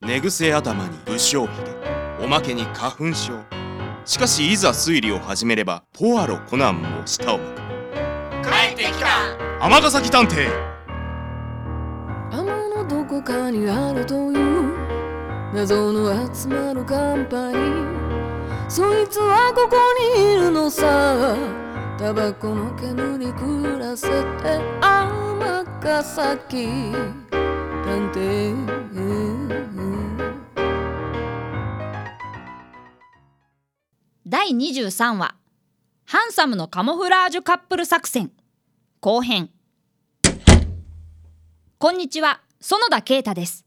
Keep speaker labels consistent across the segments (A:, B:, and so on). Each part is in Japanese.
A: 寝癖頭に不祥髭おまけに花粉症しかしいざ推理を始めればポアロコナンも舌を巻く
B: 帰ってきた
A: 尼崎探偵
C: 雨のどこかにあるという謎の集まるカンパニーそいつはここにいるのさタバコの煙に暮らせて天ヶ崎探偵
D: 第23話「ハンサムのカモフラージュカップル作戦」後編こんにちは園田啓太です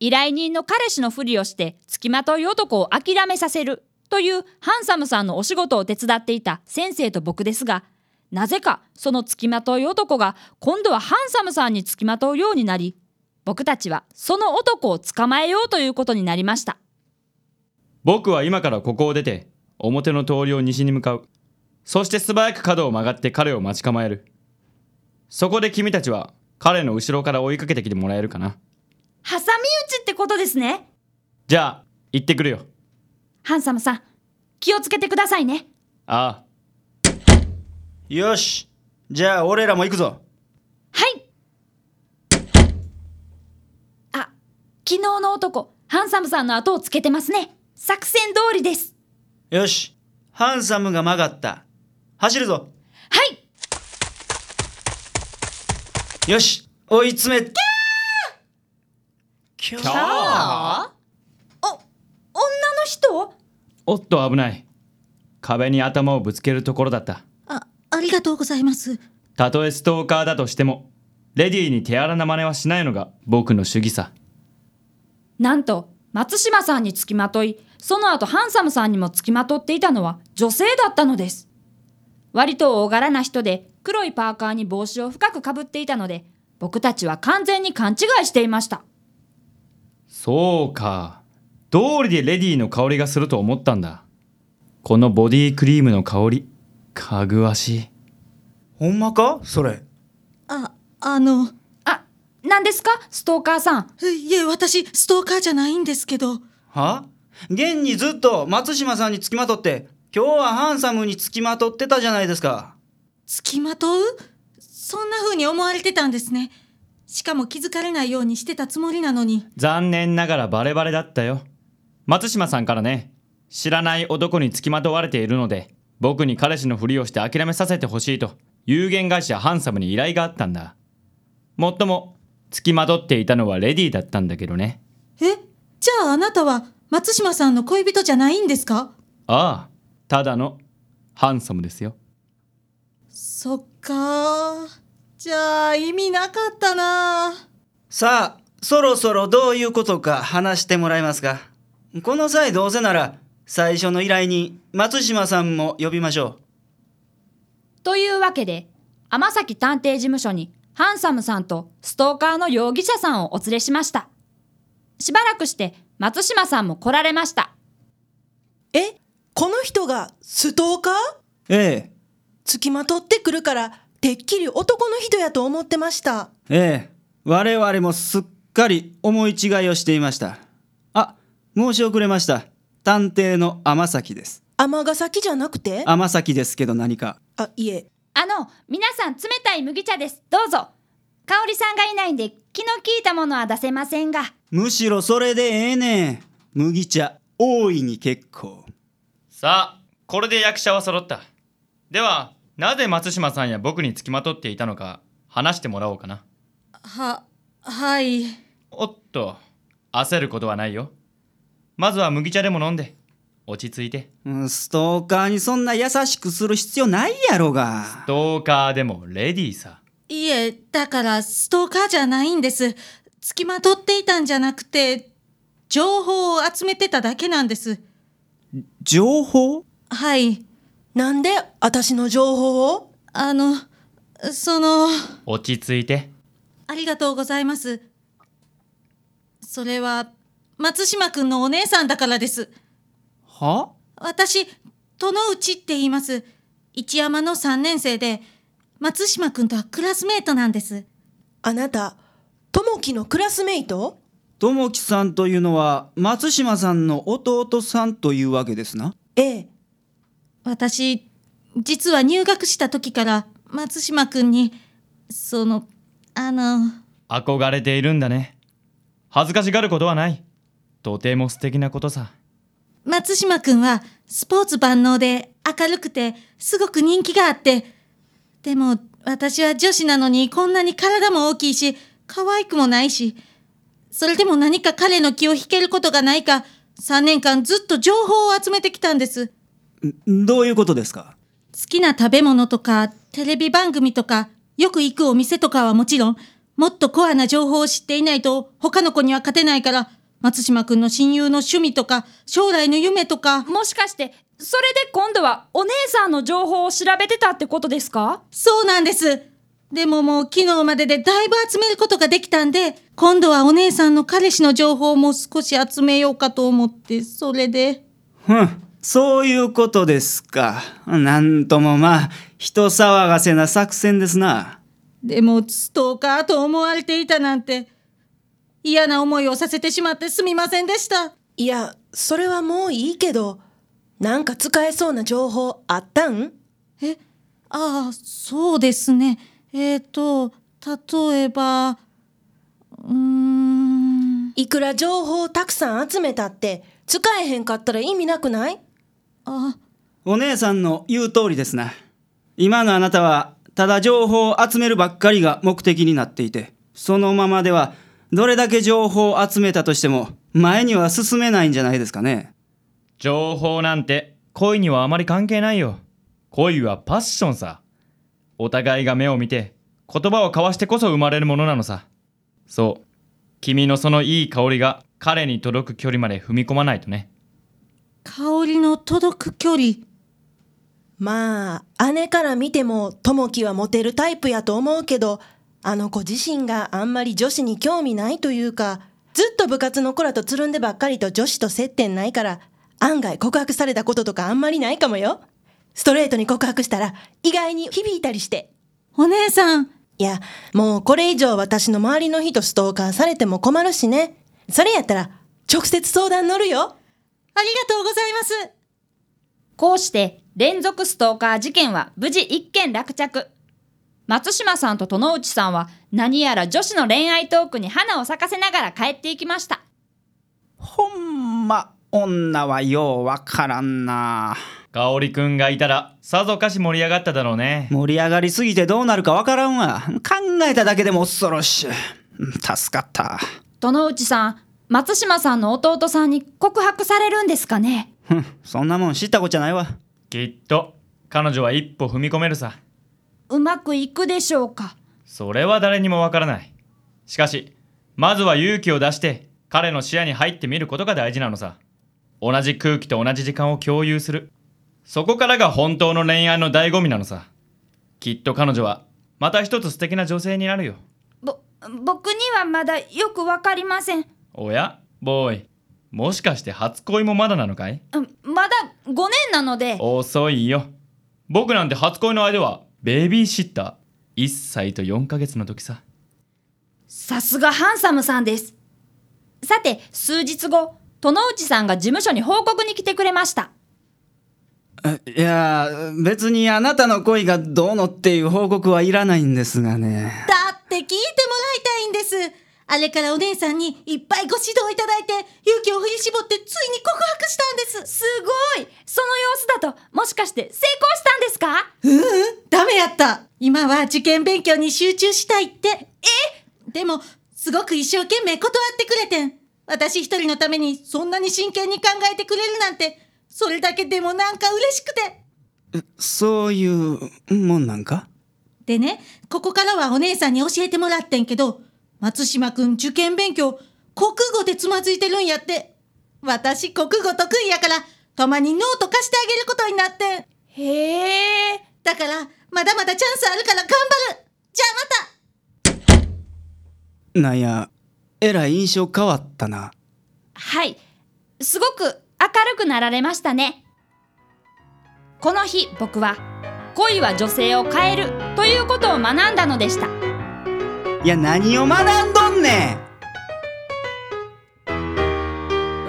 D: 依頼人の彼氏のふりをして付きまとい男を諦めさせるというハンサムさんのお仕事を手伝っていた先生と僕ですがなぜかその付きまとい男が今度はハンサムさんに付きまとうようになり僕たちはその男を捕まえようということになりました
E: 僕は今からここを出て表の通りを西に向かうそして素早く角を曲がって彼を待ち構えるそこで君たちは彼の後ろから追いかけてきてもらえるかな
D: 挟み撃ちってことですね
E: じゃあ行ってくるよ
D: ハンサムさん、気をつけてくださいね。
E: ああ
F: よしじゃあ俺らも行くぞ
D: はい。あ、昨日の男、ハンサムさんの後をつけてますね。作戦通りです。
F: よしハンサムが曲がった走るぞ
D: はい。
F: よし追い詰めキャー
D: あお、女の人
E: おっと危ない壁に頭をぶつけるところだった
G: あ、ありがとうございます。
E: たとえストーカーだとしてもレディーに手荒な真似はしないのが僕の主義さ
D: なんと、松島さんにつきまとい、その後ハンサムさんにもつきまとっていたのは女性だったのです。割と大柄な人で、黒いパーカーに帽子を深くかぶっていたので、僕たちは完全に勘違いしていました。
E: そうか通りでレディーの香りがすると思ったんだこのボディクリームの香りかぐわしい
F: ほんまかそれ
G: あ、あの、
D: あ、何ですかストーカーさん。
G: いえ、私、ストーカーじゃないんですけど。
F: は現にずっと松島さんにつきまとって今日はハンサムにつきまとってたじゃないですか
G: 付きまとうそんな風に思われてたんですね。しかも気づかれないようにしてたつもりなのに。
E: 残念ながらバレバレだったよ松島さんからね知らない男につきまとわれているので僕に彼氏のふりをして諦めさせてほしいと有限会社ハンサムに依頼があったんだもっともつきまとっていたのはレディーだったんだけどね
G: えじゃああなたは松島さんの恋人じゃないんですか
E: ああただのハンサムですよ
G: そっかー。じゃあ意味なかったなー。
F: さあそろそろどういうことか話してもらえますかこの際どうせなら最初の依頼人松島さんも呼びましょ
D: というわけで、天崎探偵事務所にハンサムさんとストーカーの容疑者さんをお連れしました。しばらくして松島さんも来られました。
H: えこの人がストーカー
F: うええ
H: 付きまとってくるからてっきり男の人やと思ってました
F: ええ我々もすっかり思い違いをしていましたあ申し遅れました探偵の天崎です
H: 尼崎じゃなくてあ
F: 天崎ですけど何か
H: いえ
D: あの、皆さん冷たい麦茶です。どうぞ。香織さんがいないんで気の利いたものは出せませんが。
F: むしろそれでええねん麦茶大いに結構
E: さあこれで役者は揃ったではなぜ松島さんや僕につきまとっていたのか話してもらおうかな
G: は、はい。
E: おっと焦ることはないよまずは麦茶でも飲んで落ち着いて
F: うんストーカーにそんな優しくする必要ないやろが
E: トーカーでもレディーさ
G: いえ、だからストーカーじゃないんです。つきまとっていたんじゃなくて、情報を集めてただけなんです。
F: 情報
G: はい。
H: なんで私の情報を
G: あの、その、
E: 落ち着いて
G: ありがとうございます。それは、松島くんのお姉さんだからです。
F: は
G: 私、戸之内って言います。一山の3年生で、松島くんとはクラスメートなんです。
H: あなた友樹のクラスメイト
F: 友樹さんというのは松島さんの弟さんというわけですな
H: ええ
G: 私、実は入学した時から松島くんに、その、あの、
E: 憧れているんだね恥ずかしがることはないとても素敵なことさ
G: 松島くんはスポーツ万能で明るくてすごく人気があって、でも私は女子なのにこんなに体も大きいし、可愛くもないし、それでも何か彼の気を引けることがないか、3年間ずっと情報を集めてきたんです。
F: んどういうことですか
G: 好きな食べ物とか、テレビ番組とか、よく行くお店とかはもちろん、もっとコアな情報を知っていないと他の子には勝てないから、松島くんの親友の趣味とか、将来の夢とか、
D: もしかしてそれで今度はお姉さんの情報を調べてたってことですか
G: そうなんです。でももう昨日まででだいぶ集めることができたんで、今度はお姉さんの彼氏の情報も少し集めようかと思って、それで。
F: ふんそういうことですかなんともまあ人騒がせな作戦ですな
G: でもストーカーと思われていたなんて、嫌な思いをさせてしまってすみませんでした。
H: いやそれはもういいけどなんか使えそうな情報あったん
G: え、ああ、そうですね。えっ、と、例えば、うーん、
H: いくら情報をたくさん集めたって使えへんかったら意味なくない
G: あ、
F: お姉さんの言う通りですな今のあなたはただ情報を集めるばっかりが目的になっていてそのままではどれだけ情報を集めたとしても前には進めないんじゃないですかね
E: 情報なんて恋にはあまり関係ないよ恋はパッションさお互いが目を見て言葉を交わしてこそ生まれるものなのさそう君のそのいい香りが彼に届く距離まで踏み込まないとね
G: 香りの届く距離。
H: まあ姉から見ても友樹はモテるタイプやと思うけどあの子自身があんまり女子に興味ないというかずっと部活の子らとつるんでばっかりと女子と接点ないから案外告白されたこととかあんまりないかもよストレートに告白したら意外に響いたりして
G: お姉さん、
H: いや、もうこれ以上私の周りの人ストーカーされても困るしね。それやったら、直接相談乗るよ。
G: ありがとうございます。
D: こうして連続ストーカー事件は無事一件落着。松島さんと殿内さんは何やら女子の恋愛トークに花を咲かせながら帰っていきました。
F: ほんま女はようわからんな
E: 香織くんがいたらさぞかし盛り上がっただろうね
F: 盛り上がりすぎてどうなるかわからんわ考えただけでも恐ろしいうん助かった
D: 殿内さん、松島さんの弟さんに告白されるんですかね
F: ふんそんなもん知ったことじゃないわ
E: きっと彼女は一歩踏み込めるさ
D: うまくいくでしょうか
E: それは誰にもわからないしかしまずは勇気を出して彼の視野に入ってみることが大事なのさ同じ空気と同じ時間を共有するそこからが本当の恋愛の醍醐味なのさきっと彼女はまた一つ素敵な女性になるよ
D: ぼ、僕にはまだよくわかりません。
E: おやボーイもしかして初恋もまだなのかい
D: うんまだ5年なので、
E: 遅いよ僕なんて初恋の相手はベビーシッター1歳と4ヶ月の時さ
D: さすがハンサムさんです。さて、数日後、殿内さんが事務所に報告に来てくれました。
F: いや別にあなたの恋がどうのっていう報告はいらないんですがね
G: だって聞いてもらいたいんです。あれからお姉さんにいっぱいご指導いただいて勇気を振り絞ってついに告白したんです。
D: すごいその様子だともしかして成功したんですか
G: ダメやった。今は受験勉強に集中したいって。えでも、すごく一生懸命断ってくれてん。私一人のためにそんなに真剣に考えてくれるなんて、それだけでもなんか嬉しくて。
F: そういうもんなんか
G: でね、ここからはお姉さんに教えてもらってんけど、松島くん受験勉強、国語でつまずいてるんやって。私国語得意やから、たまにノート貸してあげることになってん。
D: へえ
G: だから、まだまだチャンスあるから頑張るじゃあまた
F: なんやえらい印象変わったな
D: はいすごく明るくなられましたねこの日僕は恋は女性を変えるということを学んだのでした
F: いや何を学んどんねん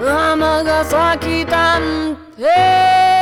C: 天が咲きたんて